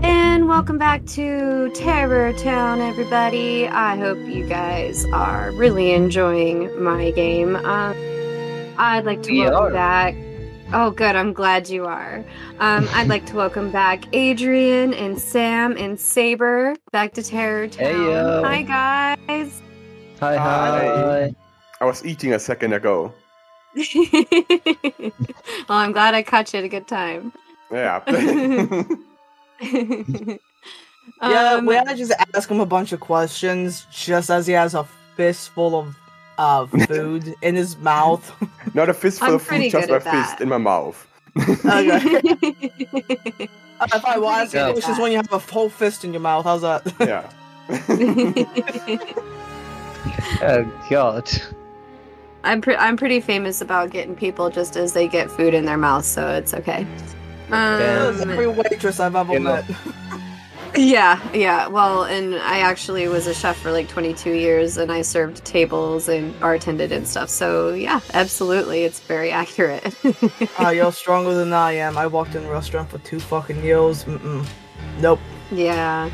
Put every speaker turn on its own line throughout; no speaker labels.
welcome back to Terror Town, everybody. I hope you guys are really enjoying my game. Um, I'd like to
We
welcome
are.
back. Oh, good. I'm glad you are. Um, I'd like to welcome back Adrian and Sam and Saber back to Terror Town.
Hey, yo.
Hi, guys.
Hi, hi.
Hi. I was eating a second ago.
well, I'm glad I caught you at a good time.
Yeah.
yeah,
Um,
we had to just ask him a bunch of questions, just as he has a fistful of uh, food in his mouth.
Not a fist
I'm
full of
pretty
food, just
good
my
at that.
fist in my mouth.
Um,
Okay. Uh, if I was,
Yeah.
it was just when you have a whole fist in your mouth. How's that?
Yeah.
Oh God.
I'm pre- I'm pretty famous about getting people just as they get food in their mouth, so it's okay.
Yeah.
That's every
Um,
waitress I've ever
You know.
met.
yeah, yeah. Well, and I actually was a chef for like 22 years, and I served tables and bartended and stuff. So yeah, absolutely, it's very accurate.
Ah, you're stronger than I am. I walked in a restaurant for two fucking years. Mm-mm. Nope.
Yeah.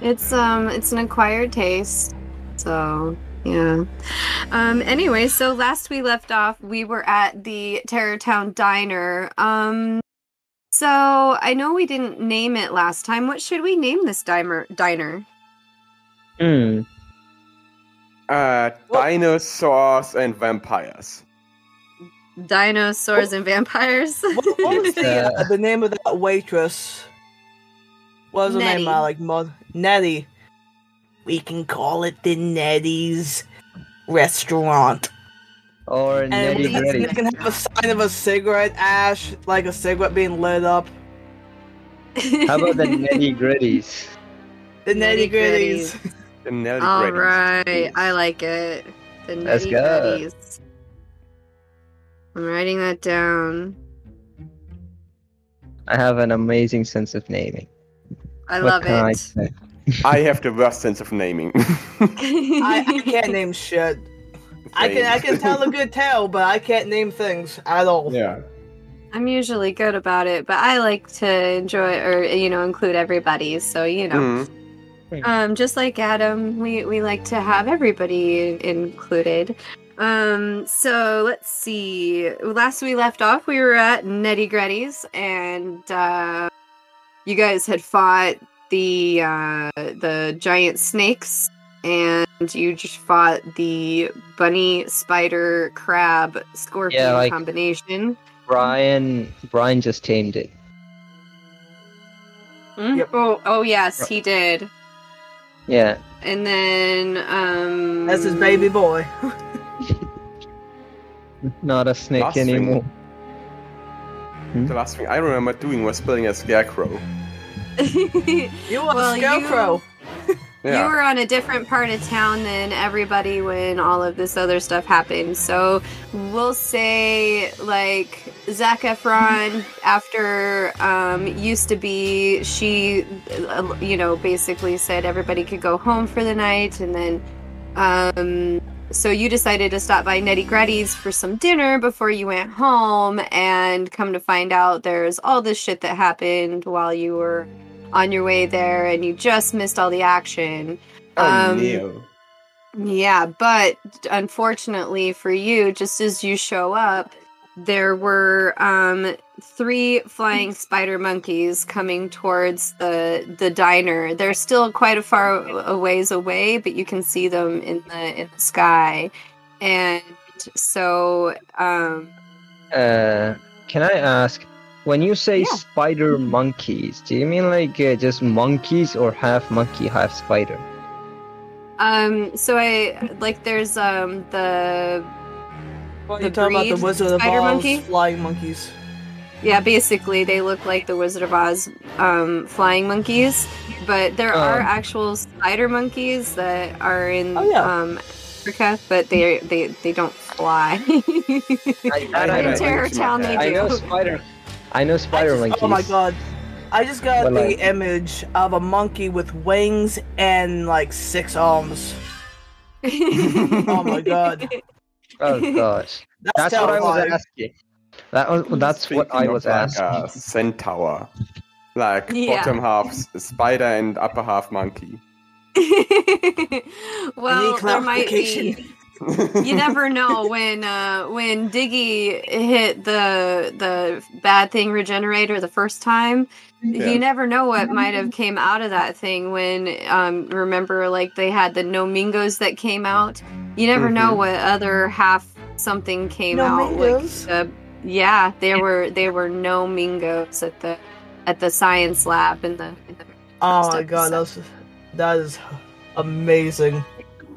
It's um it's an acquired taste. So yeah. Um anyway, so last we left off, we were at the Terror Town Diner. Um so I know we didn't name it last time. What should we name this diner diner?
Hmm.
Uh,
Well-
dinosaurs and vampires.
Dinosaurs and vampires.
What, what was the,
Yeah.
uh, the name of that waitress? What was her
Nettie.
name? I like mother Nettie. We can call it the Nettie's restaurant.
Or
And
Netty
Nettie's
we
Gritty.
Nettie.
can have a sign of a cigarette ash, like a cigarette being lit up.
How about the Netty Gritties?
The
Netty
nitty gritties.
The Nelly
All
Gritties.
right, I like it. The
That's
nitty
good.
gritties. I'm writing that down.
I have an amazing sense of naming.
I
What
love
can I
it.
say?
I have the worst sense of naming.
I, I can't name shit. I can I can tell a good tale, but I can't name things at all.
yeah.
I'm usually good about it, but I like to enjoy or you know include everybody. So you know,
Mm.
um, just like Adam, we we like to have everybody included. Um, so let's see. Last we left off, we were at Nettie Gretty's, and uh, you guys had fought the uh, the giant snakes, and you just fought the bunny, spider, crab, scorpion
like-
combination.
Brian. Brian just tamed it.
Mm,
Yep.
Oh, oh yes, he did.
Yeah.
And then um
That's his baby boy.
Not a snake
Nothing.
anymore.
The last thing I remember doing was building a scarecrow.
you
You are
Well,
a
you-
scarecrow.
Yeah.
were on a different part of town than everybody when all of this other stuff happened. So we'll say like Zac Efron after um used to be she uh, you know basically said everybody could go home for the night and then um so you decided to stop by Nettie Gretty's for some dinner before you went home, and come to find out there's all this shit that happened while you were on your way there, and you just missed all the action.
oh,
um,
no.
Yeah, but unfortunately for you, just as you show up, there were um, three flying spider monkeys coming towards the the diner. They're still quite a far a ways away, but you can see them in the in the sky. And so, um,
Uh, can I ask? When you say
Yeah.
spider monkeys, do you mean like uh, just monkeys or half monkey, half spider?
um, so I like there's um the
you talking about
breed
the Wizard of
spider
Oz
monkey?
flying monkeys.
Yeah, basically, they look like the Wizard of Oz um, flying monkeys, but there
Oh.
are actual spider monkeys that are in
Oh, yeah.
um, Africa, but they they they don't fly.
I,
I
I,
had
in
a
know,
Terror
picture
Town,
of
they
that.
I know
do.
spider. I know spider
I
monkeys.
just- Oh my god. I just got
But,
the
like-
image of a monkey with wings and like six arms. Oh my god.
Oh gosh.
That's,
That's what I was
terrifying.
asking. That was that's what I
Speaking
was
of, like,
asking.
a centaur. Like
Yeah.
bottom half s- spider and upper half monkey.
well,
Any
there might be.
clarification?
You never know when uh, when Diggy hit the the bad thing regenerator the first time.
Yeah.
You never know what might have came out of that thing when um, remember like they had the no mingos that came out. You never know
Mhm.
what other half something came out. Like
Nomingos?
the, yeah, they were they were no mingos at the at the science lab and the, in the
Oh
Stuff
my
is
god, that was, that is amazing.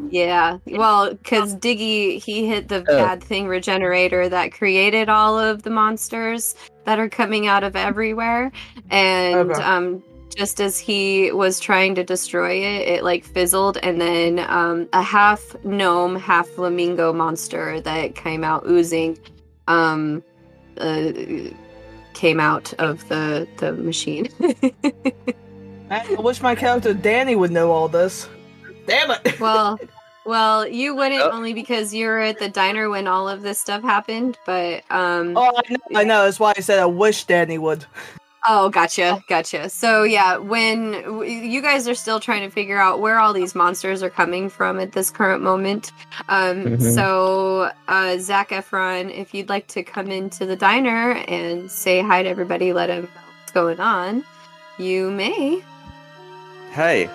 Yeah, well, because Diggy he hit the
Oh.
bad thing regenerator that created all of the monsters that are coming out of everywhere, and
Okay.
um, just as he was trying to destroy it, it like fizzled, and then um, a half gnome, half flamingo monster that came out oozing, um, uh, came out of the the machine.
I I wish my character Danny would know all this. Damn it!
well well you wouldn't
Oh.
only because you were at the diner when all of this stuff happened but um oh,
Oh, I know, I know. That's why I said I wish Danny would.
oh, gotcha gotcha so yeah when w- you guys are still trying to figure out where all these monsters are coming from at this current moment um
Mhm.
so uh zach efron if you'd like to come into the diner and say hi to everybody let them know what's going on you may
hey.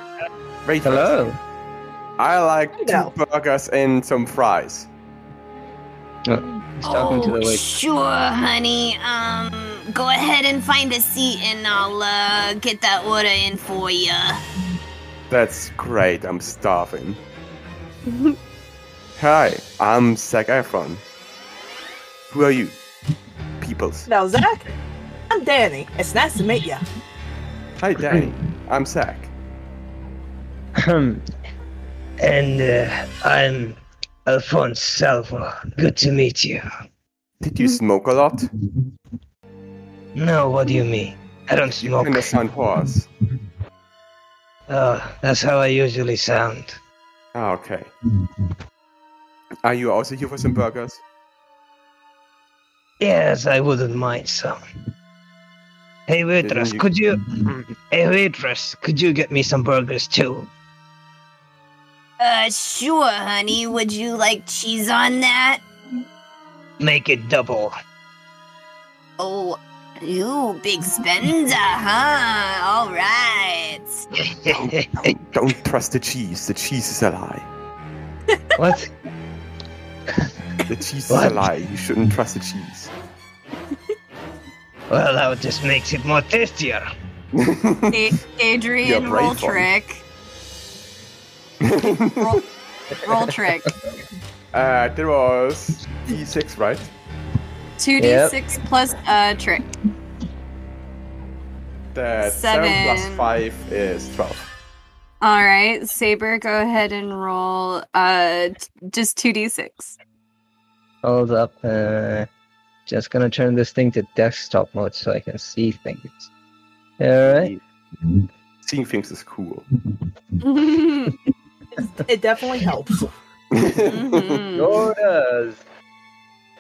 Wait.
Hello.
I like two
Hello.
burgers and some fries.
He's talking to the wait.
Oh, sure, honey. Um, go ahead and find a seat, and I'll uh, get that order in for you.
That's great. I'm starving. Hi, I'm Zac Efron. Who are you? Peoples.
Now, Zach, I'm Danny. It's nice to meet you.
Hi, Danny. I'm Zac.
Ahem. Oh. and uh, I'm Alphonse Salvo. Good to meet you.
Did you smoke a lot?
No, what do you mean? I don't
You
smoke.
kinda sound hoarse.
Oh, that's how I usually sound.
Ah, okay. Are you also here for some burgers?
Yes, I wouldn't mind some. Hey waitress,
you-
could you?
Mm.
Hey waitress, could you get me some burgers too?
Uh, sure, honey. Would you like cheese on that?
Make it double.
Oh, you big spender, huh? All right.
Oh.
Don't trust the cheese. The cheese is a lie.
what?
The cheese is
What?
a lie. You shouldn't trust the cheese.
Well, that just makes it more tastier.
A- adrian
brave
roll
one.
trick roll, roll trick
uh, there was D6, right?
2d6 plus uh, trick.
That seven.
Seven.
plus five is twelve.
All right, Saber, go ahead and roll uh t- just 2d6.
Hold up. Uh, just gonna turn this thing to desktop mode so I can see things. Alright.
Seeing things is cool.
Mhm.
It definitely helps.
Mm-hmm. Hmm.
Sure does.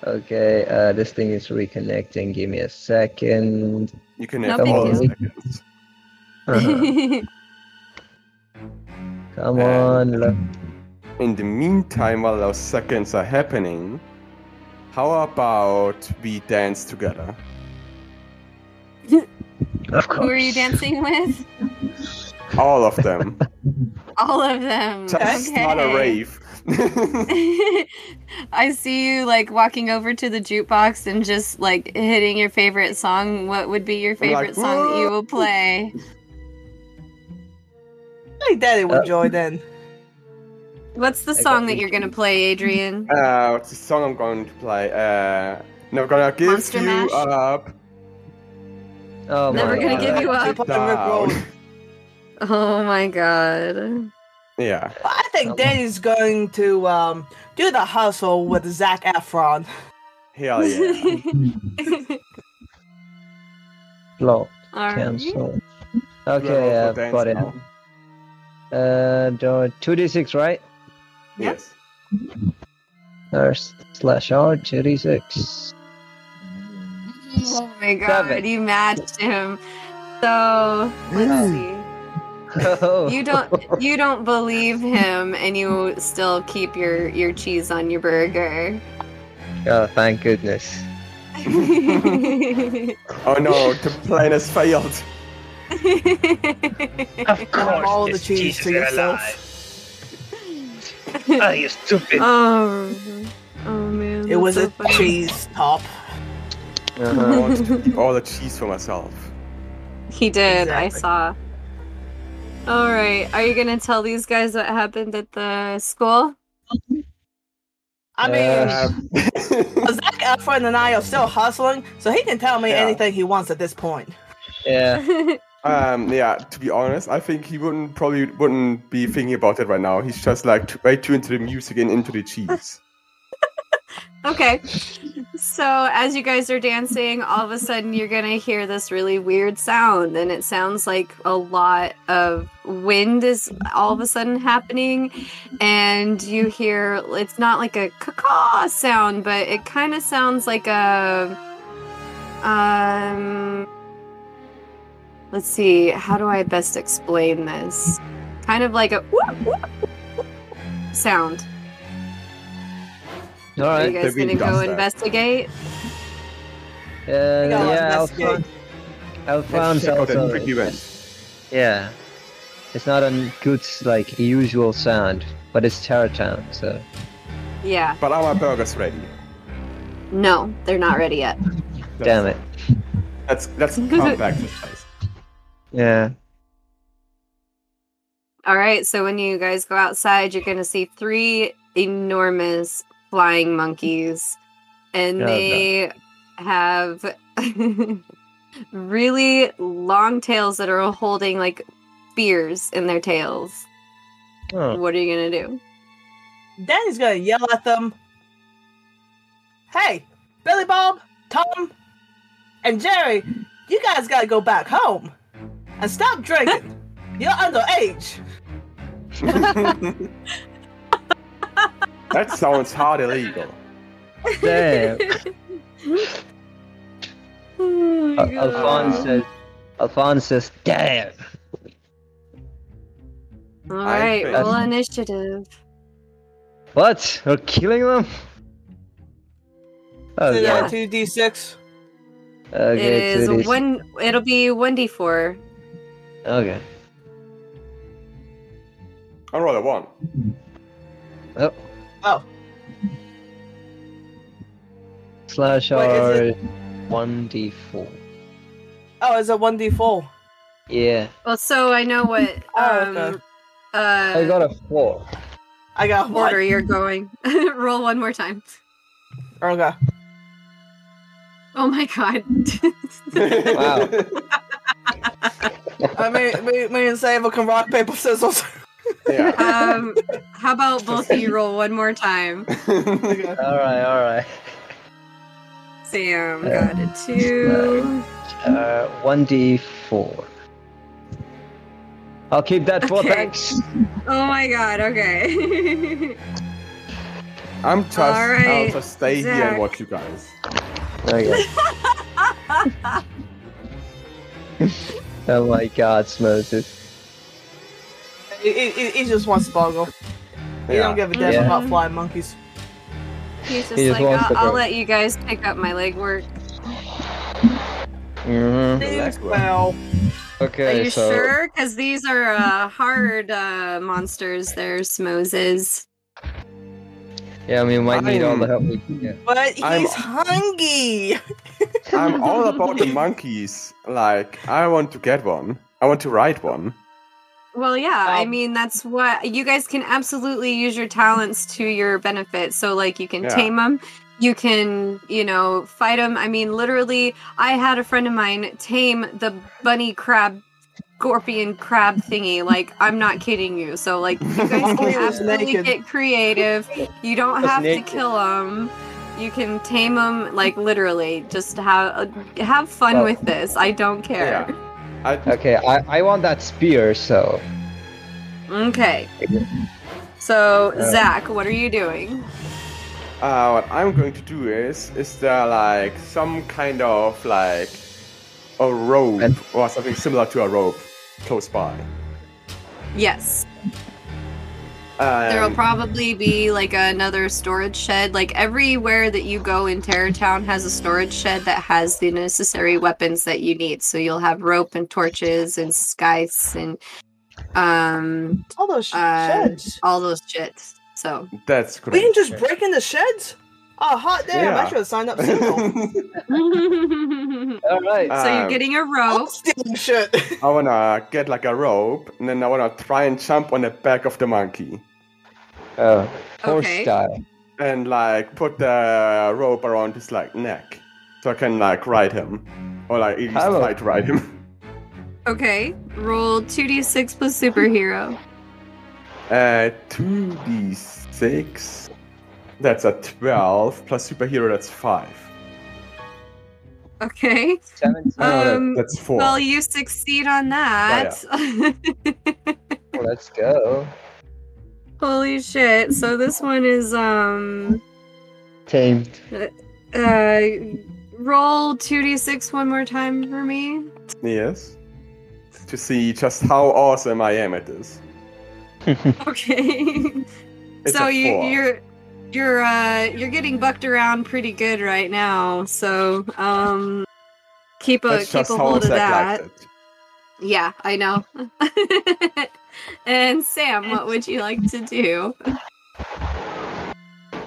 Okay, uh, this thing is reconnecting. Give me a second.
You can
No,
have
thank
all the
you.
seconds.
Uh-huh. Come on. Look.
In the meantime, while those seconds are happening, how about we dance together?
Of course.
Who are you dancing with?
All of them.
All of them.
Just not a
Okay.
rave.
I see you like walking over to the jukebox and just like hitting your favorite song. What would be your
We're like,
favorite song that you will play?
I think Danny would join in.
What's the
got
song that
you.
you're going to play, Adrian?
uh, what's the song I'm going to play? Uh, never gonna give
Monster
you
Mash?
up. Uh,
Oh
Never
my
gonna
god.
give you up.
Put Rick Roll.
Down.
Oh my god.
Yeah.
I think Danny's going to um, do the hustle with Zach Efron.
Hell yeah.
Block.
All right.
Cancel.
We're all
Okay,
for
uh,
dance
got it.
now.
Uh, door- 2d6, right?
Yep.
Yes.
Or s- slash R, 2d6.
Oh my god, Oh
Seven.
you matched him. So let's see.
Oh.
You don't you don't believe him, and you still keep your your cheese on your burger. Um,
Oh, thank goodness.
Oh no, the plan has failed.
Of course,
all the
this
cheese
cheese
to
is
yourself.
alive. Are you stupid?
oh, oh man,
It
that's
was
so
a
funny.
cheese top.
I
Uh-huh.
want to keep all the cheese for myself.
He did. I
Exactly.
saw. All right. Are you gonna tell these guys what happened at the school?
I mean,
Uh,
Um,
Zac Efron and I are still hustling, so he can tell me
Yeah.
anything he wants at this point.
yeah.
um, yeah, to be honest, I think he wouldn't probably wouldn't be thinking about it right now. He's just like t- right too into the music and into the cheese.
okay. So as you guys are dancing, all of a sudden you're gonna hear this really weird sound, and it sounds like a lot of wind is all of a sudden happening, and you hear it's not like a caw sound, but it kind of sounds like a um. Let's see. How do I best explain this? Kind of like a whoop, whoop, whoop sound.
All
Are
right.
you guys
the
gonna
wind
go
does that.
investigate?
Uh,
gotta
yeah,
investigate.
Alphonse.
Let's
Alphonse
check out that
also.
tricky event.
Yeah. It's not a good, like, usual sound, but it's Terratown, so.
Yeah.
But are my burgers ready?
No, they're not ready yet.
That's,
Damn it.
That's that's compact. guys.
Yeah.
All right, so when you guys go outside, you're going to see three enormous flying monkeys, and
Yeah,
they have really long tails that are holding like spears in their tails.
Oh.
What are you going to do?
Danny's gonna yell at them. Hey, Billy Bob, Tom, and Jerry, you guys gotta go back home and stop drinking. You're underage.
That sounds hard illegal.
Damn.
Oh my
Al-
God.
Alphonse says, Alphonse says, damn.
All
I
right,
think-
roll initiative.
What? We're killing them? Oh,
Is
yeah.
that two d six?
God. Okay,
it
two
is
Ds.
one. It'll be one d four.
Okay.
I roll a one.
Oh.
Oh.
Slash
Wait,
R
is
1d4.
Oh, it's a one d four.
Yeah.
Well, so I know what. Um,
Oh, okay.
uh,
I got a 4.
I got one.
order you're going. Roll one more time.
Okay.
Oh my god.
Wow.
I mean, me, me and Sable can rock paper scissors.
Yeah.
um, how about both of you roll one more time?
Okay.
Alright, alright.
Sam got a two.
Uh, 1d4. I'll keep that for
Okay.
thanks.
Oh my god, okay.
I'm just
All right,
I'll just stay here
Zach.
and watch you guys.
Okay. oh my god, Moses.
he, he, he just wants to boggle. He
Yeah.
don't give a damn
Yeah.
about flying monkeys.
He's just
He just
like,
wants
I'll,
to
I'll
go.
let you guys pick up my legwork.
hmm
Relax, bro.
Well,
Are
Okay,
you
so
sure? Because these are uh, hard uh, monsters. There's Moses.
yeah, we might need all the
I'm-
help we can get.
but he's
I'm-
hungry.
I'm all about the monkeys. Like I want to get one. I want to ride one.
Well, yeah, I
Um,
mean, that's what you guys can absolutely use your talents to your benefit. So, like, you can
Yeah.
tame them, you can, you know, fight them. I mean, literally, I had a friend of mine tame the bunny crab, scorpion crab thingy. Like, I'm not kidding you. So, like, you guys
He
can
was
absolutely
naked.
get creative. You don't
He was
have to
naked.
kill them. You can tame them, like literally. Just have have fun
Well-
with this. I don't care.
I,
Okay, I, I want that spear, so
Okay. So,
Um,
Uh,
Zach, what are you doing?
uh, what I'm going to do is is there like some kind of like a rope
And-
or something similar to a rope close by.
Yes. There will
Um,
probably be like another storage shed. Like everywhere that you go in Terror Town has a storage shed that has the necessary weapons that you need. So you'll have rope and torches and skies and um
All those sh-
Uh,
sheds.
all those shits. So
that's
We can
correct.
just break in the sheds? Oh, hot damn.
Yeah.
I should have signed up single.
so
All right.
you're
Um,
getting a
I'm
rope.
stealing shit.
I wanna get like a rope, and then I wanna try and jump on the back of the monkey,
Uh, horse
Okay.
style.
and like put the rope around his like neck, so I can like ride him, or like at least
Hello.
try to ride him.
Okay. Roll 2d6 plus superhero.
Uh, two d six. That's a twelve plus superhero. That's five.
Okay.
Seventeen.
No, that-
Um,
that's four.
Well, you succeed on that.
oh, Let's go.
Holy shit. So this one is um
Tamed.
uh roll 2d6 one more time for me.
Yes. To see just how awesome I am at this.
Okay.
It's
so
a
you
four.
you're you're uh you're getting bucked around pretty good right now. So, um keep a
That's
keep
just
a
how
hold of
Zack
that.
likes it.
Yeah, I know. and Sam, what would you like to do?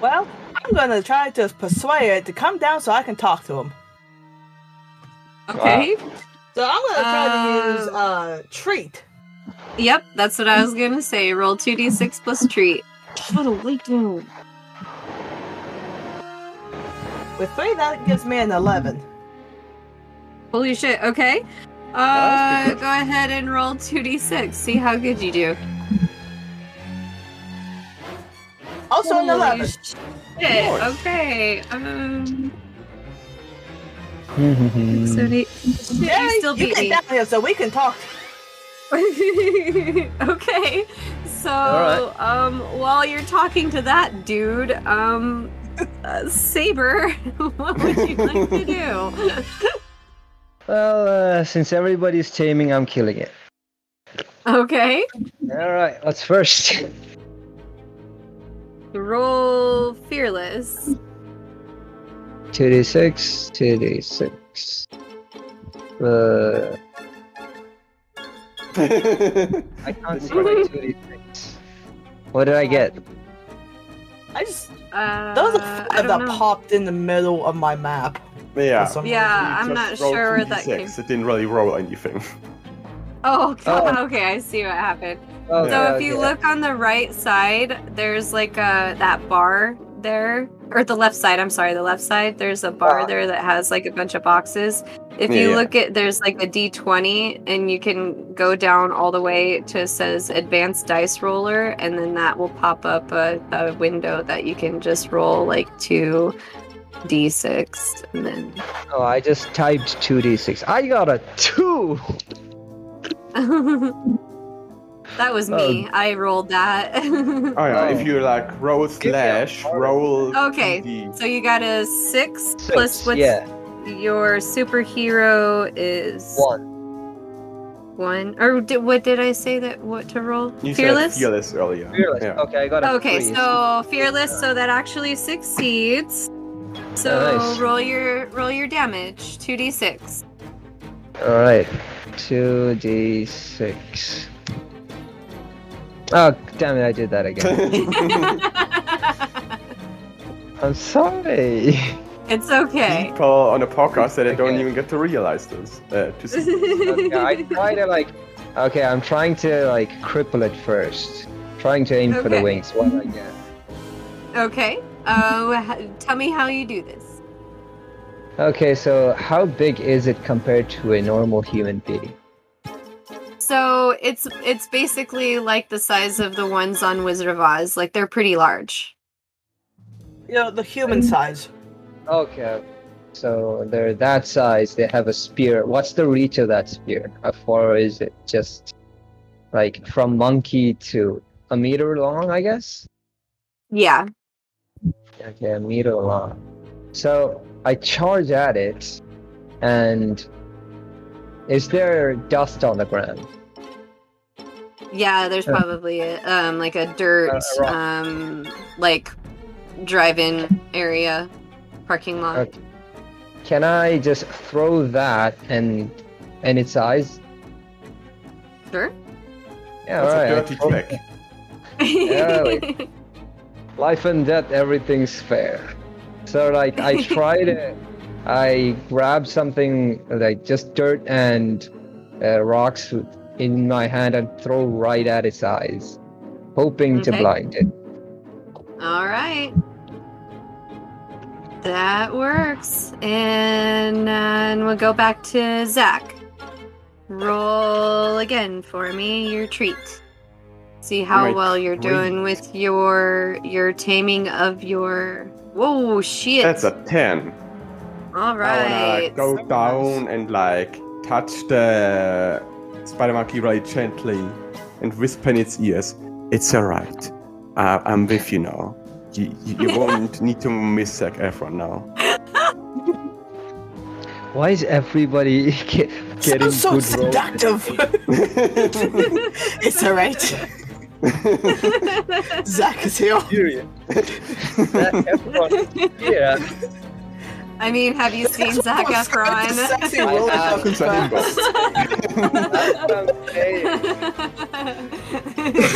well, I'm gonna try to persuade it to come down so I can talk to him.
Okay.
So I'm gonna try to use
Um,
uh treat.
Yep, that's what I was gonna say. Roll two d six plus treat. Totally do.
With three, that gives me an eleven.
Holy shit. Okay.
That was
Uh,
pretty
go ahead and roll two d six. See how good you do.
Also an
Holy
eleven.
Shit.
Lord.
Okay. Um.
Mm.
Mhm.
So neat. Shit,
Jerry,
you still
you
beat
get down here so we can talk.
me. okay. So,
All
um, while you're talking to that dude, um, uh, Saber, what would you like to do?
Well, uh, since everybody's taming, I'm killing it.
Okay.
All right. What's first?
Roll fearless.
Two d six. Two d six. Uh, I can't see my two d six. What did I get?
I just
Uh,
those are
I
four
don't
that
know.
popped in the middle of my map.
yeah.
for some reason.
Yeah,
You
Uh, I'm
just
not
rolled
sure where that
2d6.
came.
It didn't really roll anything.
Oh, God, okay, I see what happened.
Oh,
So
yeah,
if you
yeah.
look on the right side, there's like a that bar there, or the left side. I'm sorry, the left side. There's a bar
Ah.
there that has like a bunch of boxes. If
Yeah,
you
yeah.
look at there's like a D20, and you can go down all the way to it says advanced dice roller, and then that will pop up a, a window that you can just roll like two D6, and then
Oh, I just typed two d six. I got a two.
that was me.
Oh.
I rolled that.
Oh yeah,
Oh.
if you like roll
me a
slash,
card.
roll.
Okay.
2d.
so you got a six, plus
Six,
what's
yeah
your superhero is
one.
one. Or di- what did I say that what to roll?
You
fearless.
said fearless earlier.
Fearless.
Yeah.
Okay, I got a
Okay,
three.
so fearless. So that actually succeeds. So
Oh, Nice.
roll your roll your damage. Two d six.
All right, two d six. Oh damn it! I did that again.
It's
I'm sorry.
okay.
People on the podcast that don't
Okay.
even get to realize this. Uh, to see.
Okay, I try to like. Okay, I'm trying to like cripple it first. Trying to aim for the
Okay.
wings. What I get?
okay. Uh, h- tell me how you do this.
Okay, so how big is it compared to a normal human being?
So it's it's basically like the size of the ones on Wizard of Oz. Like they're pretty large.
You know, the human size.
Okay, so they're that size. They have a spear. What's the reach of that spear? How far is it? Just like from monkey to a meter long, I guess.
Yeah.
Okay, a meter long. So I charge at it, and Is there dust on the ground?
Yeah, there's
Yeah.
probably a, um like a dirt
Uh, rock.
um like drive-in area parking lot.
Okay. Can I just throw that and and its eyes?
Sure.
Yeah,
That's
alright. I
a dirty
throw-
trick.
Yeah, Life and death, everything's fair. So like I try to, I grab something like just dirt and uh, rocks in my hand and throw right at its eyes, hoping to
Okay.
blind it.
All right. That works. And then we'll go back to Zach. Roll again for me your treat. See how
My
well you're doing with your your taming of your Whoa shit.
That's a 10.
All
I
right.
wanna go down and like touch the spider monkey really gently and whisper in its ears, It's alright. Uh, I'm with you now. You, you, you won't need to miss Zac Efron now.
Why is everybody get, getting
Sounds so
good rolls?
seductive. it's alright. Zach is here.
Period. That everyone here.
I mean, have you seen Zach
Sounds like a
Efron?
sexy roller
I- I-
fucking fast.
That's what I'm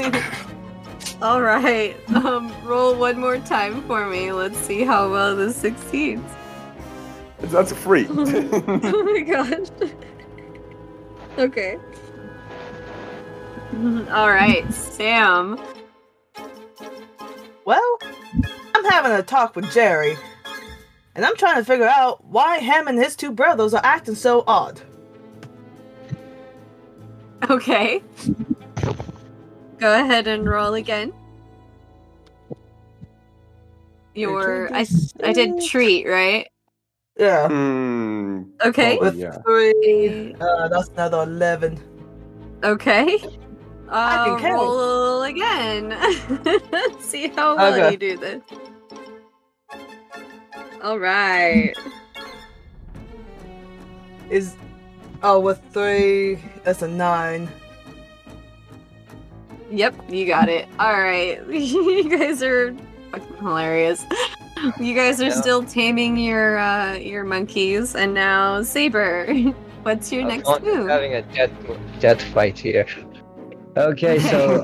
saying.
All right. Um, roll one more time for me. Let's see how well this succeeds.
That's a free.
oh my gosh. Okay. All right, Sam.
Well, I'm having a talk with Jerry, and I'm trying to figure out why him and his two brothers are acting so odd.
Okay. Go ahead and roll again. Your I I did treat, right?
Yeah.
Hmm,
Okay.
probably, yeah.
Three. Uh, that's another eleven.
Okay.
I
Uh,
can count.
roll again. See how well
Okay.
you do this. All right.
Is oh with three, that's a nine.
Yep, you got it. All right. you guys are fucking hilarious. You guys are
Yeah.
still taming your uh, your monkeys, and now Saber. What's your
I'm
next
not
move?
having a death death fight here. Okay, so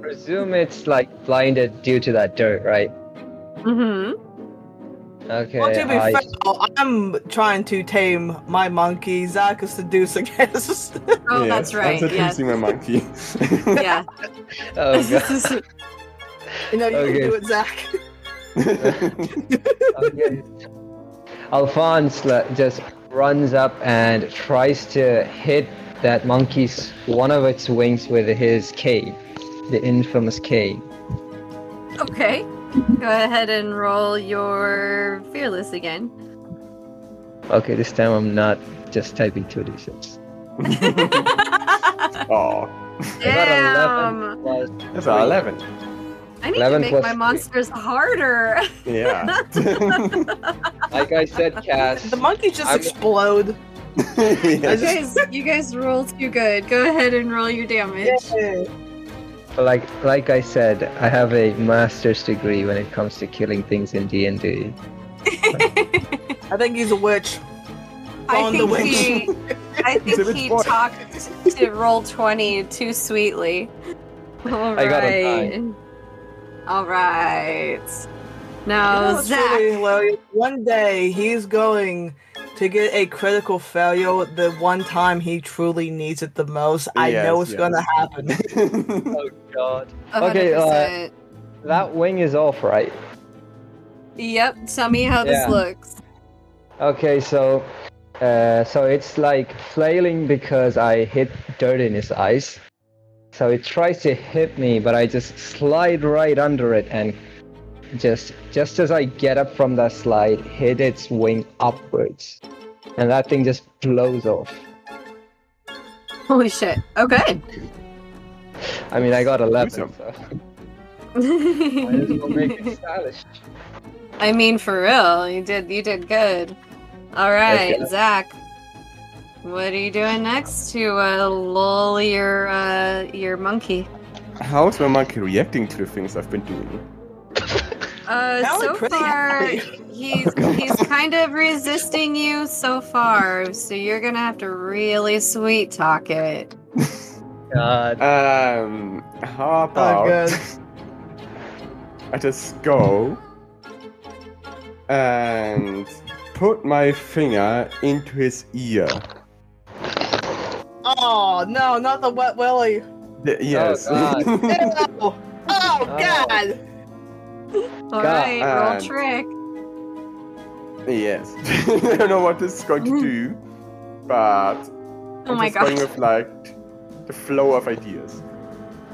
presume it's like blinded due to that dirt, right?
Mm-hmm.
Okay.
well, to be
I-
fair, oh, I'm trying to tame my monkey. Zach is seducing us.
Oh,
Yes,
that's right.
I'm
Yes.
seducing my monkey.
Yeah.
oh god.
you know, you
Okay.
can do it, Zach.
Okay. Alphonse le- just runs up and tries to hit that monkey's one of its wings with his K, the infamous K.
okay. Go ahead and roll your fearless again.
Okay, this time I'm not just typing 2d6.
oh,
Damn!
I got 11 plus
that's an 11.
I need to
11
make
plus
my
three.
monsters harder.
Yeah.
Like I said, Cass.
The monkeys just
I'm-
explode.
You
Yes.
guys, you guys roll too good. Go ahead and roll your damage.
like like I said, I have a master's degree when it comes to killing things in D and D.
I think he's a witch.
I
On the
think he, I
He's a
think
rich
he
boy.
talked to roll twenty too sweetly. All right.
I got a
All right.
You know
Now,
what's
Oh, Zach.
really hilarious? One day he's going to get a critical failure the one time he truly needs it the most. I
Yes,
know it's
yes.
gonna happen.
Oh God! Okay,
Okay.
uh, That wing is off, right?
yep. Tell me how this
Yeah.
looks.
Okay, so uh, so it's like flailing because I hit dirt in his eyes. So it tries to hit me, but I just slide right under it and just just as I get up from that slide, hit its wing upwards, and that thing just blows off.
Holy shit. Oh, Okay.
I mean, I got 11.
Gruesome.
So. Might as well make it stylish.
I mean, for real, you did you did good. All right,
Okay.
Zach. What are you doing next to uh, lull your uh, your monkey?
How is my monkey reacting to the things I've been doing?
Uh,
That was
so
pretty
far,
happy.
he's he's kind of resisting you so far, so you're gonna have to really sweet talk it.
God.
Um, how
Oh,
Oh,
about I just go and put my finger into his ear?
Oh no, not the wet willy.
Oh,
The- yes.
God.
Ew. oh god.
All right,
and-
roll trick.
yes. I don't know what this is going to do, but
Oh
I'm
my
just going
gosh.
with like the flow of ideas.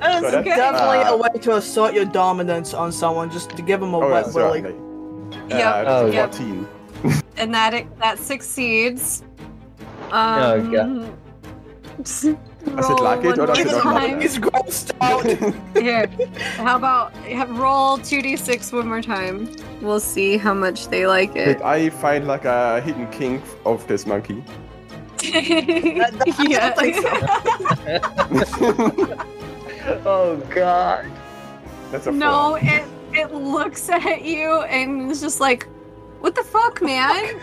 That's
that's,
definitely
uh, Oh,
a way to assert your dominance on someone, just to give
Oh,
them a
yeah,
wet willy.
certainly.
Yep, Oh,
Uh,
yep.
14.
And that that succeeds. Um,
Oh,
Roll
Does it like it
one
or does
more
it not like
time.
it?
He's grossed out.
Here, how about have- roll 2d6 one more time? We'll see how much they like it.
Did I find like a hidden kink of this monkey?
I don't
yeah.
think so.
Oh god.
That's a four.
no, it it looks at you and it's just like, what the fuck, man?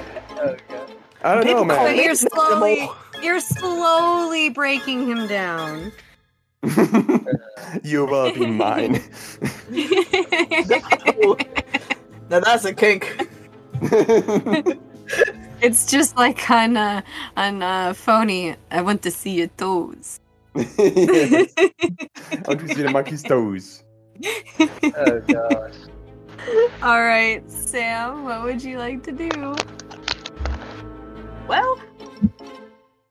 Oh god.
I don't know,
People call
But
man.
me-
you're slowly
Animal.
you're slowly breaking him down.
you will be mine.
now that's a kink.
it's just like on uh, on uh, phony. I want to see your toes.
Yes. I want to see the monkey's toes.
Oh god.
All right, Sam, what would you like to do?
Well,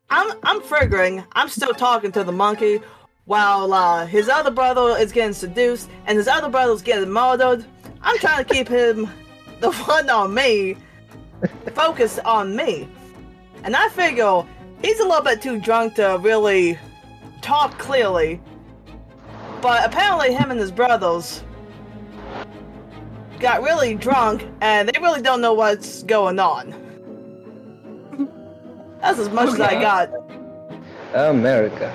I'm I'm figuring I'm still talking to the monkey while uh, his other brother is getting seduced and his other brother's getting murdered. I'm trying to keep him, the one on me, focused on me. And I figure he's a little bit too drunk to really talk clearly. But apparently, him and his brothers got really drunk and they really don't know what's going on. That's as much as I
Okay.
got.
America.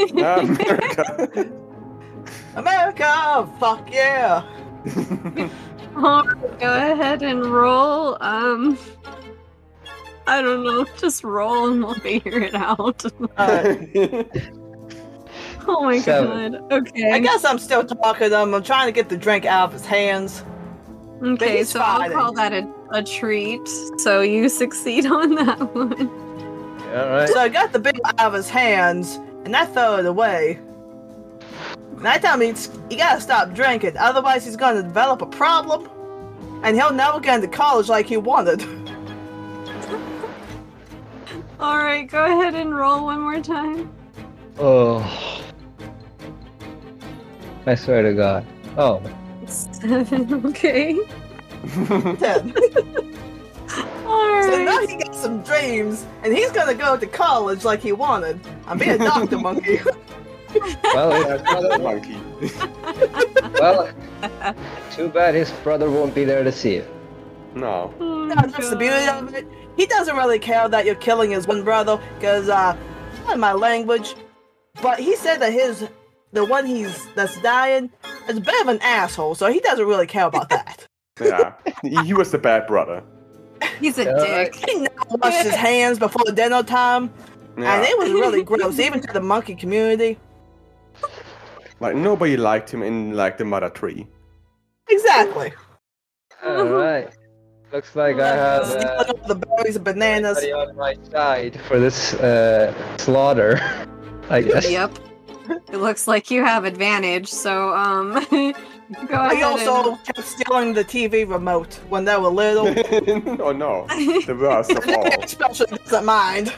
Um, America.
America! Fuck yeah!
All right, go ahead and roll. Um, I don't know, just roll and we'll figure it out.
Uh,
oh my
Seven.
god. Okay.
I guess I'm still talking to him. I'm trying to get the drink out of his hands. but
okay,
he's
so I'll
fine.
call that a, a treat. So you succeed on that one.
Alright.
So I got the beer out of his hands, and I throw it away. And I tell him he's, he gotta stop drinking, otherwise he's gonna develop a problem, and he'll never get into college like he wanted.
All right, go ahead and roll one more time.
Oh. I swear to god. Oh.
Seven. Okay.
Then.
All
So now
right.
he got some dreams, and he's gonna go to college like he wanted. I'm being a doctor, monkey.
Well, it's
Another monkey.
Well, too bad his brother won't be there to see it.
No.
Oh
No,
my
that's the beauty
God.
of it. He doesn't really care that you're killing his one brother, because, uh, not in my language, but he said that his, the one he's, that's dying, is a bit of an asshole, so he doesn't really care about that.
Yeah. He- He was the bad brother.
He's a
All right.
dick.
I washed his hands before dinner time, and
Yeah.
it was really gross, even to the monkey community.
Like nobody liked him in like the mother tree.
Exactly.
Alright. Looks like I have uh,
Stealing all the berries and bananas.
somebody on my side for this uh, slaughter. I guess.
Yep. It looks like you have advantage, so um go
I
ahead
also
and-
kept stealing the TV remote when they were little.
oh no. The worst of all.
Especially doesn't mind.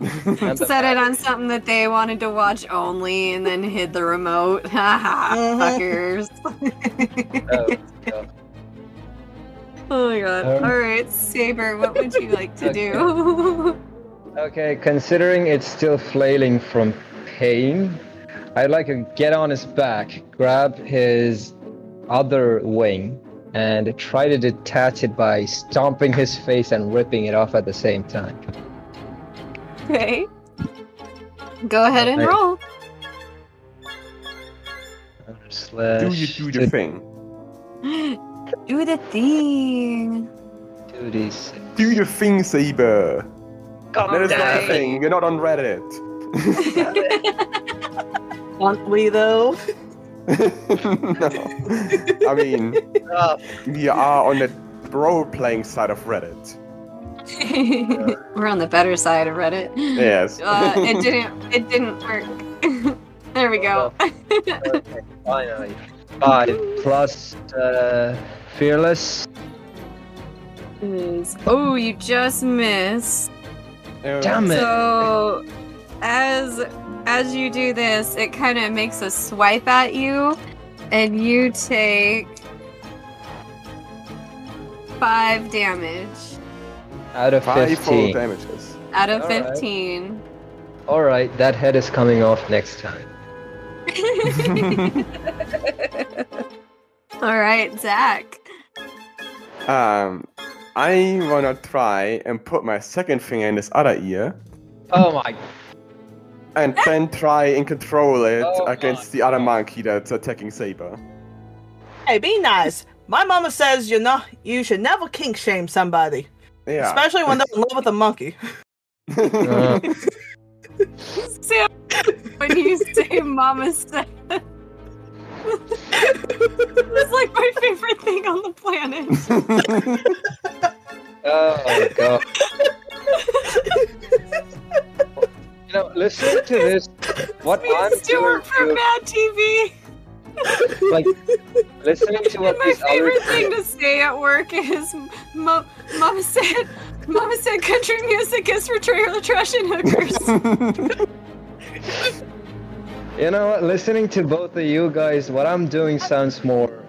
And the
set it
fact-
on something that they wanted to watch only and then hid the remote. Haha,
Mhm.
fuckers.
Mm-hmm. oh,
Oh my god.
Um,
Alright, Saber, what would you like to do?
Okay, considering it's still flailing from pain, I'd like to get on his back, grab his other wing, and try to detach it by stomping his face and ripping it off at the same time.
Okay. Go ahead and
Alright.
roll.
Do
Slash
you do the thing?
Do the thing.
2d6.
Do your thing, Saber.
Come
That is not a
Okay.
thing. You're not on Reddit.
Aren't we though?
no. I mean,
up.
we are on the role playing side of Reddit.
We're on the better side of Reddit.
Yes.
Uh, it didn't. It didn't work. there we go.
Okay, finally. 5 plus uh, Fearless.
is- Oh, you just missed.
Uh,
Damn it.
So, as as you do this, it kind of makes a swipe at you, and you take five damage
Out of
Five full
15.
damages.
out of
All right.
fifteen.
Alright, that head is coming off next time.
All right, Zach.
um, I wanna try and put my second finger in this other ear
Oh my.
and then try and control it
Oh my
against the other monkey that's attacking Saber.
Hey, be nice. My mama says you know you should never kink shame somebody,
Yeah.
especially when they're in love with a monkey.
Uh,
Sam, when you say "Mama said," it's like my favorite thing on the planet.
oh my god. You know, listening to this, what
Me
I'm
and Stuart from
doing to,
Mad TV.
like, listening to what
And my
these
favorite
other
thing to say at work is, "Mom, Mama said, Mama said, country music is for trailer trash and hookers."
You know what? Listening to both of you guys, what I'm doing sounds more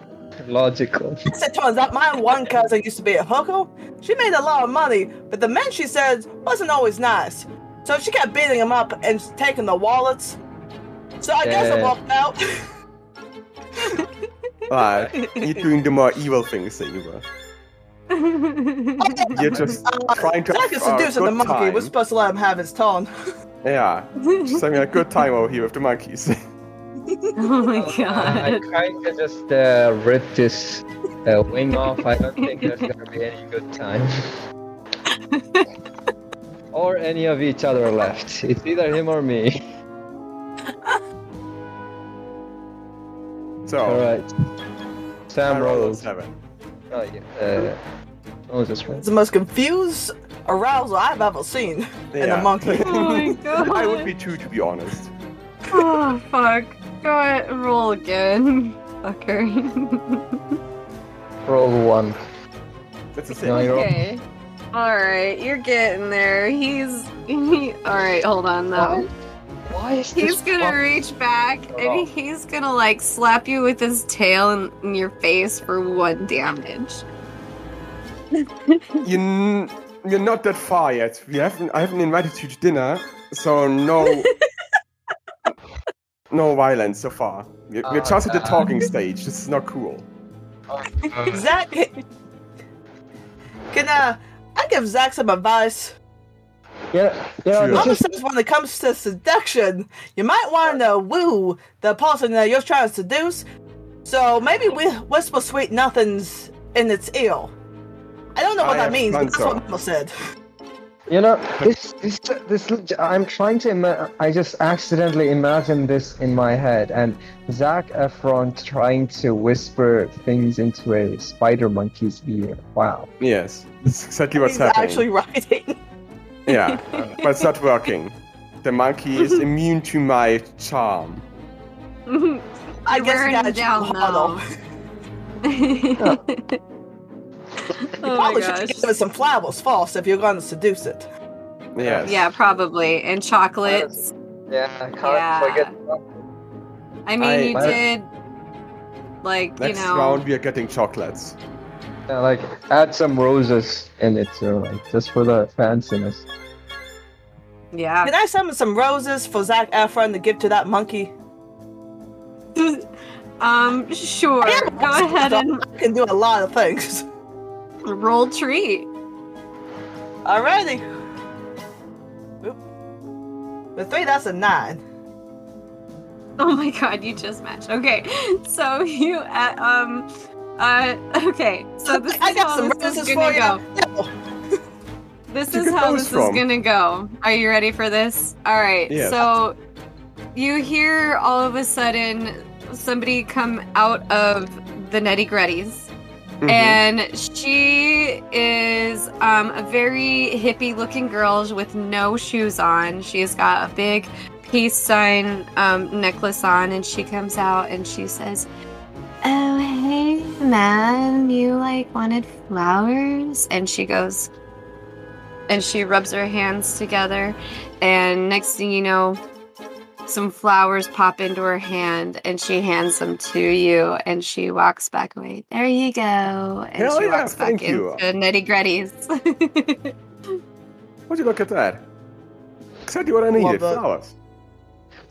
logical.
Yes, it turns out my one cousin used to be a hooker. She made a lot of money, but the men she said wasn't always nice. So she kept beating them up and taking the wallets. So I guess I
Yeah.
walked out.
Like, you're doing the more evil thing, Saber. You're just trying to
Uh, Zach is
have a
seducing the
good
monkey. We're
time.
supposed to let him have his turn.
Yeah, just having a good time over here with the monkeys.
oh my
I I kind of just uh, rip this uh, wing off. I don't think there's gonna be any good time. or any of each other left. It's either him or me.
So,
Alright.
I
Sam
rolled a
rolls.
seven.
Oh, yeah. Uh, oh, just roll.
It's the most confused arousal I've ever seen in
Yeah.
a monkey.
Oh my god.
I would be too, to be honest.
Oh fuck. Go ahead, roll again, fucker.
Roll one.
That's a
No,
six.
you're-
okay. All right, you're getting there. He's he. All right, hold on though.
Why is Oh, this?
He's gonna
fuck-
reach back and
off.
he's gonna like slap you with his tail in, in your face for one damage.
You n- you're not that far yet. We haven't. I haven't invited you to dinner, so no, no violence so far. We're, we're
Oh,
just at the
God.
talking stage. This is not cool.
Zach, can uh, I give Zach some advice?
Yeah, you know,
Sure.
this
Mama
is
says when it comes to seduction, you might want to woo the person that you're trying to seduce. So maybe we whisper sweet nothings in its ear. I don't know what
I
that
have
means,
done
but that's
so.
what Mama said.
You know, this, this, this. I'm trying to. Ima- I just accidentally imagined this in my head, and Zach Efron trying to whisper things into a spider monkey's ear. Wow.
Yes, that's exactly what's
He's
happening.
actually writing.
Yeah, but it's not working. The monkey is immune to my charm.
I
You're
guess you
wearing
gotta
him down,
do harder.
though. oh my
Probably
Oh gosh.
should give it some flowers first if you're gonna seduce it.
Yes.
Yeah, probably. And chocolates.
Yeah, I can't
Yeah.
forget.
I mean,
I-
you
I-
did, like,
Next
you know.
round we are getting chocolates.
Yeah, like add some roses in it too, like just for the fanciness.
Yeah.
Can I summon some roses for Zach Efron to give to that monkey?
Um, sure.
I am
Go ahead and
I can do a lot of things.
roll treat.
Alrighty. Oop. With three, that's a nine.
Oh my god, you just matched. Okay, so you uh, um uh okay. So this
I
is
got
how
some
this is
references
gonna
for
go.
you.
This
You
is
can
how
pose
this
from.
is gonna go. Are you ready for this? All right.
Yeah.
So you hear all of a sudden somebody come out of the nitty gritties.
Mhm.
and she is um, a very hippie looking girl with no shoes on she's got a big peace sign um, necklace on and she comes out and she says oh hey man you like wanted flowers and she goes and she rubs her hands together and next thing you know some flowers pop into her hand and she hands them to you and she walks back away. There you go. And
Hell
she
yeah,
walks
thank
back
you.
into Nitty Gritty's.
Would you look at that? Exactly what I needed.
that.
Flowers.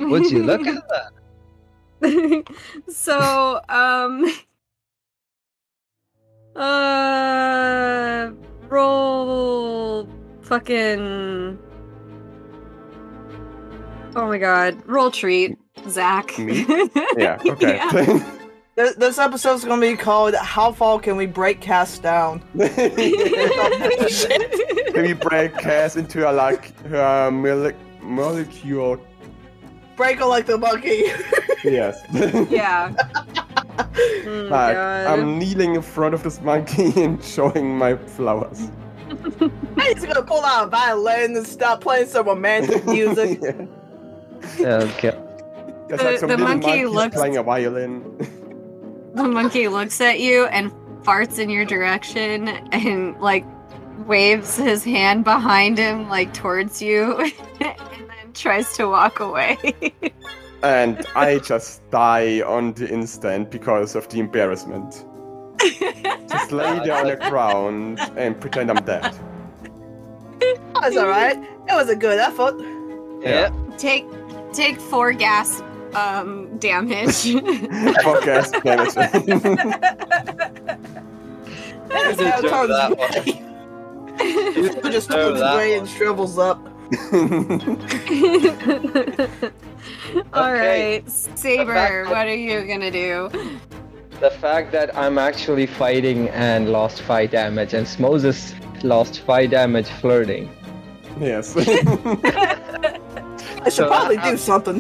Would you look at that?
so, um uh roll fucking Oh my god. Roll treat, Zach.
Me? Yeah. Okay.
This, this episode's gonna be called "How Far Can We Break Cast Down."
Can we break Cass into a like her mole- molecule?
Break it like the monkey.
Yes.
yeah. Oh my
like
God.
I'm kneeling in front of this monkey and showing my flowers.
I just gonna pull out a violin and start playing some romantic music.
Yeah.
Okay.
There's
The-
like some
the
little
monkey
monkeys
looks-
playing a violin.
the monkey looks at you and farts in your direction and like waves his hand behind him like towards you and then tries to walk away
And I just die on the instant because of the embarrassment. Just lay there on the ground and pretend I'm dead.
That's all right. It was a good effort.
Yeah.
take take four gas um damage
Podcast damage.
That's how it
deserve
turns
that
gray.
You
It just
deserve
turns
that
gray
one.
and shrivels up.
all
Okay.
right saber
Back-
what are you gonna do
The fact that I'm actually fighting and lost five damage, and Moses lost five damage flirting.
yes.
I should
So uh,
probably
that-
do something.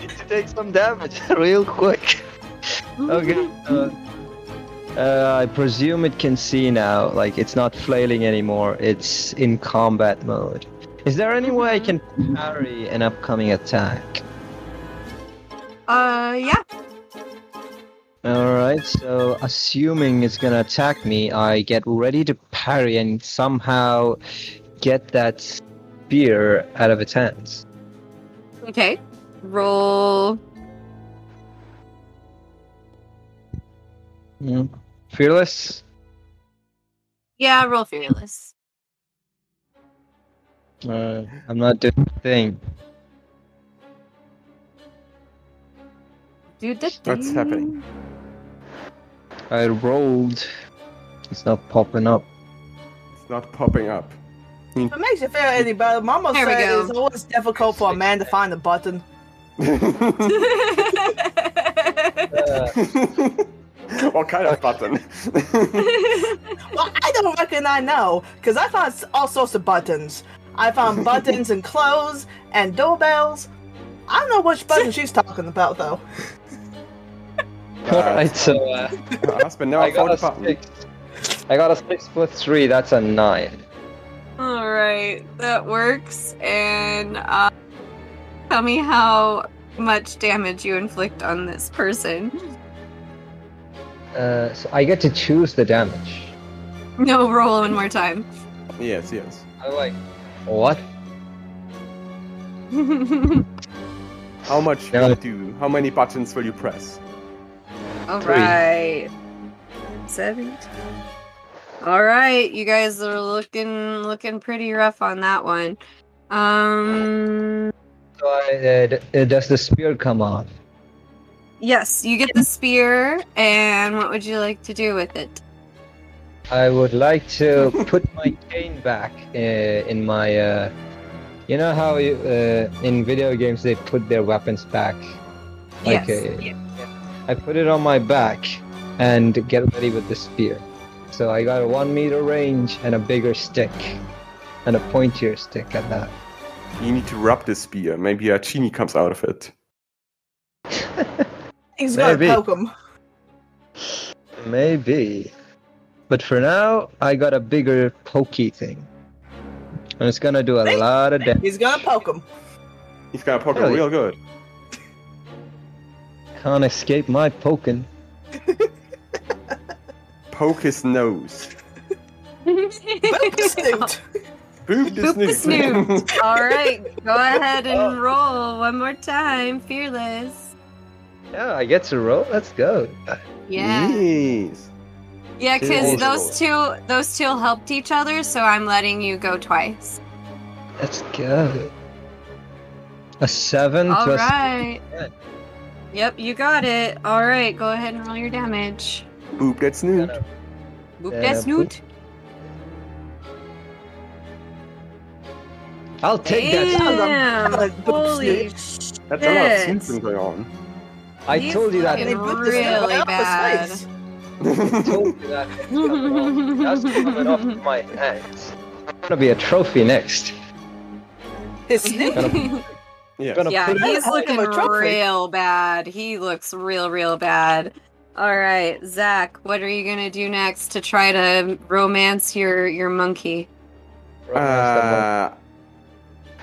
Need to take some damage real quick. Okay. Uh, uh, I presume it can see now. Like it's not flailing anymore. It's in combat mode. Is there any way I can parry an upcoming attack?
uh yeah
All right. So assuming it's gonna attack me, I get ready to parry and somehow get that spear out of its hands.
okay roll
Mm. Fearless.
yeah roll fearless
Uh, I'm not doing a thing.
Dude, that
What's happening?
I rolled. It's not popping up.
It's not popping up.
If it makes you feel any better, Mama
There we
said
go.
it's always difficult for a man to find a button.
Uh,
what kind of button?
Well, I don't reckon I know, because I found s- all sorts of buttons. I found buttons and clothes and doorbells. I don't know which button she's talking about, though.
all right. So. Uh,
My husband never
I got
found
a
a button.
six. I got a six foot three. That's a nine.
All right, that works. And uh, tell me how much damage you inflict on this person.
Uh, so I get to choose the damage.
No, roll one more time.
Yes, yes.
I like what?
How much
No.
will you do? How many buttons will you press?
All
Three.
right, seven. All right, you guys are looking looking pretty rough on that one. Um,
So I, uh, d- uh, does the spear come off?
Yes, you get the spear, and what would you like to do with it?
I would like to put my cane back uh, in my. Uh, you know how you, uh, in video games they put their weapons back?
yes.
uh, I put it on my back and get ready with the spear. So I got a one meter range and a bigger stick. And a pointier stick at that.
You need to rub the spear. Maybe a chini comes out of it.
He's gonna
Maybe.
poke him.
Maybe. But for now, I got a bigger pokey thing. And it's gonna do a
Thank-
lot of damage.
He's gonna poke him.
He's gonna poke him
Really?
real good.
Can't escape my poking.
Poke his nose.
Poke Snoot.
Boop the
Boop the
snoot.
All right, go ahead
Oh.
and roll one more time, fearless.
Yeah, I get to roll. Let's go.
Yeah,
Yes.
yeah,
Two
because those two, those two helped each other, so I'm letting you go twice.
Let's go. A seven
All
plus.
right. Yep, you got it. All right, go ahead and roll your damage.
Boop that snoot.
Boop
Yeah,
that
boop.
snoot.
I'll take that.
Damn!
Boop snoot.
Holy
That's a lot of
shit.
snooting going on.
I
He's
told you that.
And he
fucking-
booped the snoot
Really
right off
bad.
his face.
I told you that. it's coming off. That's coming off my hands. I'm gonna be a trophy next.
His snoot.
yeah.
Gonna
yeah,
put it
he's
out
looking
of a trophy.
real bad. He looks real, real bad. All right, Zach, what are you gonna do next to try to romance your your monkey?
Uh,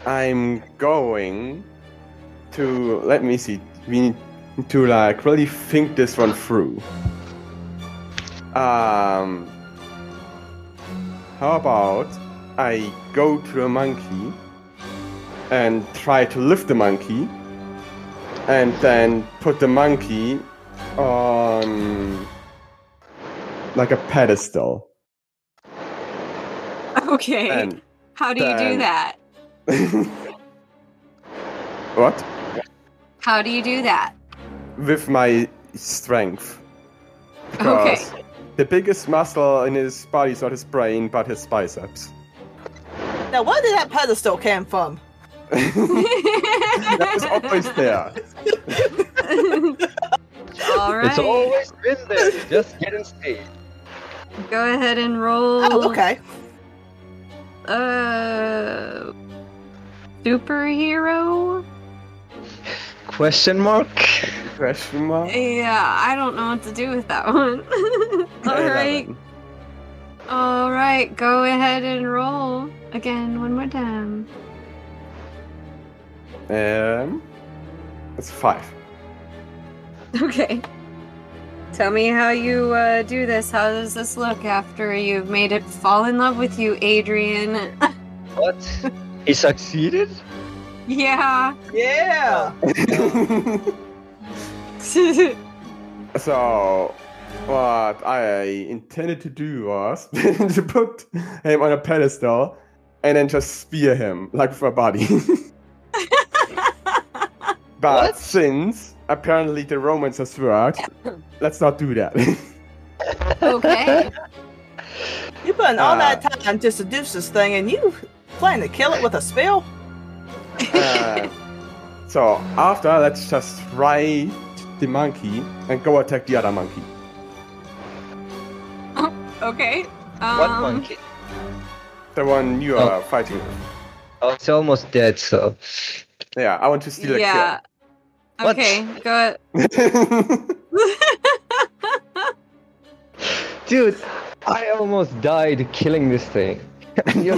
I'm going to let me see. We need to like really think this one through. Um, how about I go to a monkey and try to lift the monkey, and then put the monkey on like a pedestal,
Okay,
and
how do you do
then-
that?
what?
How do you do that?
With my strength. Because The biggest muscle in his body is not his brain, but his biceps.
Now, where did that pedestal come from?
that was always there.
All right,
It's always been there. Just get and see.
go ahead and roll.
Oh, okay.
Uh, superhero.
Question mark?
Question mark?
Yeah, I don't know what to do with that one. All
Eleven.
right, all right, go ahead and roll again one more time.
Um, it's five.
Okay. Tell me how you uh, do this. How does this look after you've made it fall in love with you, Adrian?
What? He succeeded?
yeah.
Yeah.
so, what I intended to do was to put him on a pedestal and then just spear him, like for a body. but
What?
since apparently the Romans has worked, let's not do that.
okay.
You put in all
Uh.
that time to seduce this thing, and you plan to kill it with a spell?
Uh, so, after, let's just ride the monkey and go attack the other monkey.
Okay. Um,
what monkey?
The one you
Oh.
are fighting with.
Oh, it's almost dead, so.
Yeah, I want to steal
Yeah.
What?
Okay. Go.
a kill.
Dude, I almost died killing this thing. You're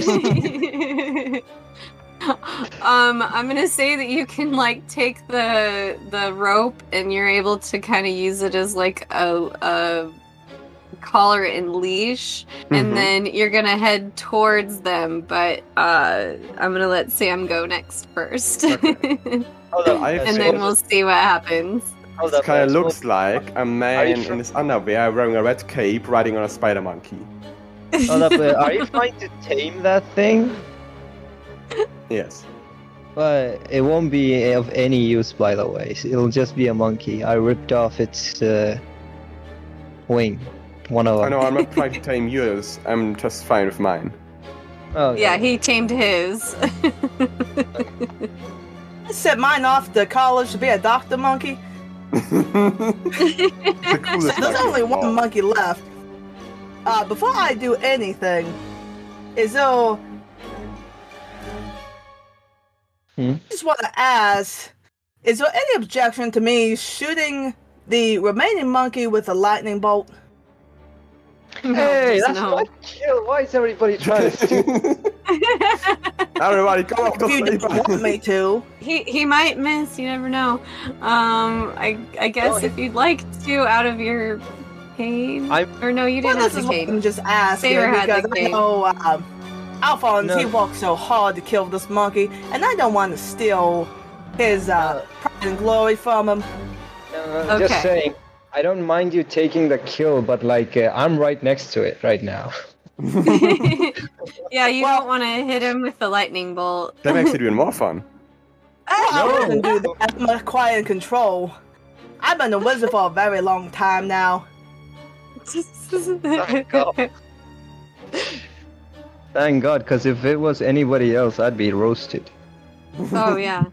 um, I'm gonna say that you can like take the the rope and you're able to kind of use it as like a a collar and leash,
Mhm.
Mm-hmm.
and then you're gonna head towards them. But uh, I'm gonna let Sam go next first,
Okay.
Hold up,
I have
and
to-
then we'll see what happens.
hold
It
up.
kind
let's
of
hold-
looks like a man
sure?
in his underwear wearing a red cape riding on a spider monkey.
Oh, Hold up, uh, are you trying to tame that thing?
Yes.
But it won't be of any use, by the way. It'll just be a monkey. I ripped off its uh, wing. One of them.
I know I'm not trying to tame yours. I'm just fine with mine.
Oh,
Yeah, he tamed his.
I sent mine off to college to be a doctor monkey.
The coolest
There's
monkey
only
of all.
one monkey left. Uh, before I do anything, is though.
Hmm?
I just want to ask Is there any objection to me shooting the remaining monkey with a lightning bolt?
Hey,
No,
that's
no.
one kill. Why is everybody trying to steal?
Everybody,
Oh,
come up to
If you
sleep.
don't want me to.
he he might miss. You never know. Um, I I guess if you'd like to, out of your cane,
I'm-
or no, you
Well,
didn't
this
have
is
the
what I'm
cane.
just asking
Saber had
because
the
I
cane.
know um, Alphonse
No.
he worked so hard to kill this monkey, and I don't want to steal his uh, pride and glory from him.
Uh, Just
Okay.
saying, I don't mind you taking the kill, but like uh, I'm right next to it right now.
yeah, you
Well-
don't want to hit him with the lightning bolt.
That makes it even more fun.
I wouldn't do that. I'm acquiring control. I've been a wizard for a very long time now.
God. Thank God, because if it was anybody else, I'd be roasted.
oh yeah.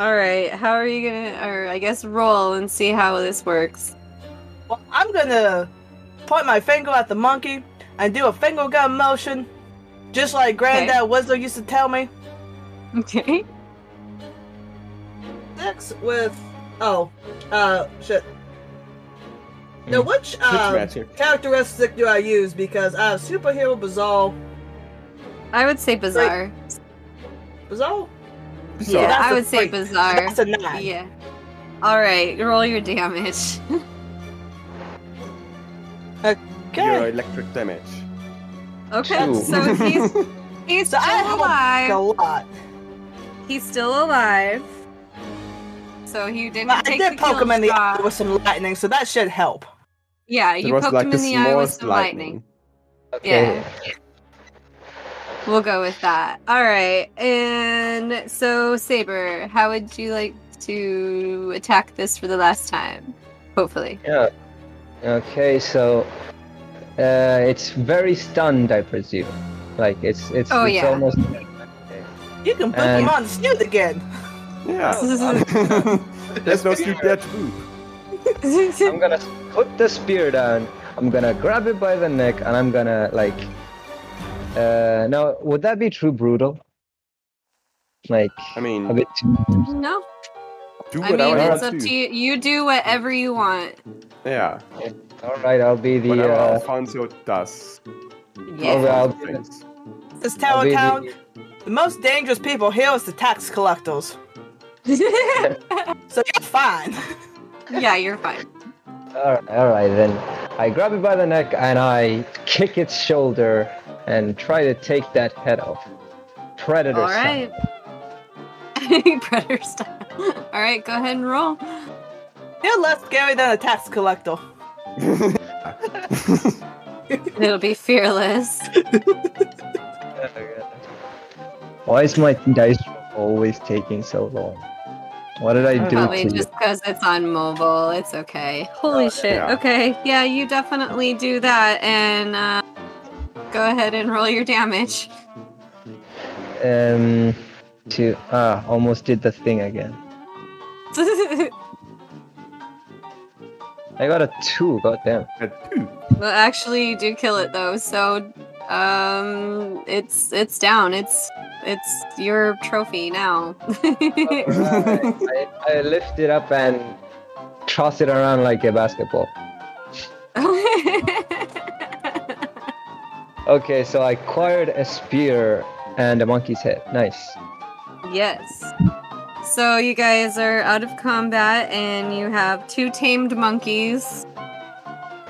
All right. How are you gonna? Or I guess roll and see how this works.
Well, I'm gonna point my finger at the monkey and do a finger gun motion, just like Granddad Wizard used to tell me.
Okay.
Six with oh, uh, shit. Now which
It's
uh,
magic.
characteristic do I use? Because I have superhero bizarre,
I would say bizarre.
Bizarre.
bizarre.
yeah,
That's
I
a
would say
three.
bizarre.
That's a nine.
Yeah. All right. Roll your damage.
Your
Okay.
electric damage.
Okay,
Two.
so he's he's
So I
still
have a
alive.
lot.
He's still alive. So he didn't
But I
take
did
the uh,
poke
kill
him in the
shot.
eye with some lightning, so that should help.
Yeah,
It
you
was
poked
like
him
the
in the eye with
smallest
some lightning.
Okay.
We'll go with that. All right. And so Saber, how would you like to attack this for the last time? Hopefully.
Yeah. Okay, so uh, it's very stunned, I presume. Like it's it's,
Oh,
it's
yeah.
almost
You can put
And-
him on Snoot again.
Yeah. There's no sleep there to boop.
I'm gonna put the spear down. I'm gonna grab it by the neck, and I'm gonna like. Uh, now, would that be true brutal? Like
I
a
mean,
bit too.
no.
do
I
what I,
mean,
want
it's up
to
to
do.
you. You do whatever you want.
Yeah.
All right, I'll be the.
Whatever
Uh,
Alfonso does.
Yeah.
Okay. I'll-
Things.
This
I'll
town
be
count.
the,
The most dangerous people here is the tax collectors. So you're fine.
yeah, you're fine.
all right, all right, then. I grab it by the neck and I kick its shoulder and try to take that head off. Predator.
All
style.
right. Predator style. All right, go ahead and roll.
You're less scary than a tax collector.
It'll be fearless.
Why is my dice always taking so long? What did I do
Probably
to
just because it's on mobile. It's okay. Holy shit.
yeah.
Okay. Yeah, you definitely do that. And uh, go ahead and roll your damage.
you? Um, to ah, almost did the thing again.
well,
I got a two. Goddamn.
And poo.
actually, you do kill it though. So, um, it's it's down. It's it's your trophy now.
I, I lift it up and toss it around like a basketball. Okay, so I acquired a spear and a monkey's head. Nice.
Yes. So you guys are out of combat and you have two tamed monkeys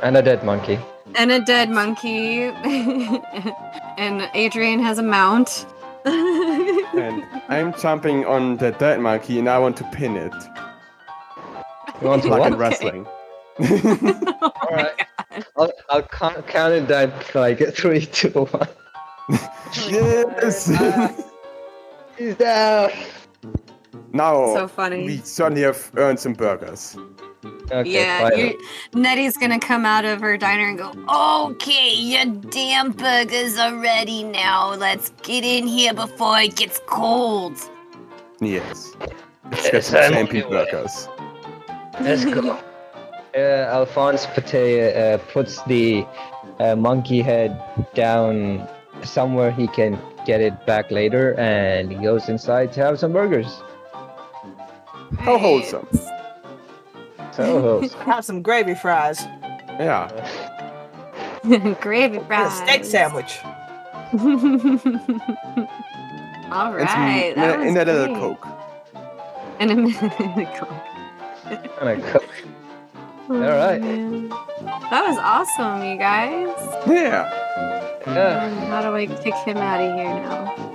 And a dead monkey.
and a dead monkey. and Adrian has a mount.
And I'm jumping on the dead monkey and I want to pin it.
You want to
Like
what?
in wrestling.
All right. I'll, I'll count, count it
Ah.
down like three, two, one.
Yes!
He's down.
Now
So funny.
we certainly have earned some burgers.
Okay,
yeah,
fine.
you Nettie's gonna come out of her diner and go, "Okay, your damn burgers are ready now. Let's get in here before it gets cold."
Yes. Let's
Yes,
get some
I'm on
champion
the way.
burgers.
Let's go.
Uh, Alphonse Pate uh, puts the uh, monkey head down somewhere he can get it back later, and he goes inside to have some burgers.
How wholesome.
So,
Have some gravy fries.
Yeah.
Gravy
and a
fries.
steak sandwich.
All
and some
right.
mi-
that was
and a little
great.
coke.
And a minute coke.
and a cook.
All
right.
That was awesome, you guys.
Yeah.
Yeah.
Um, How do I kick him out of here now?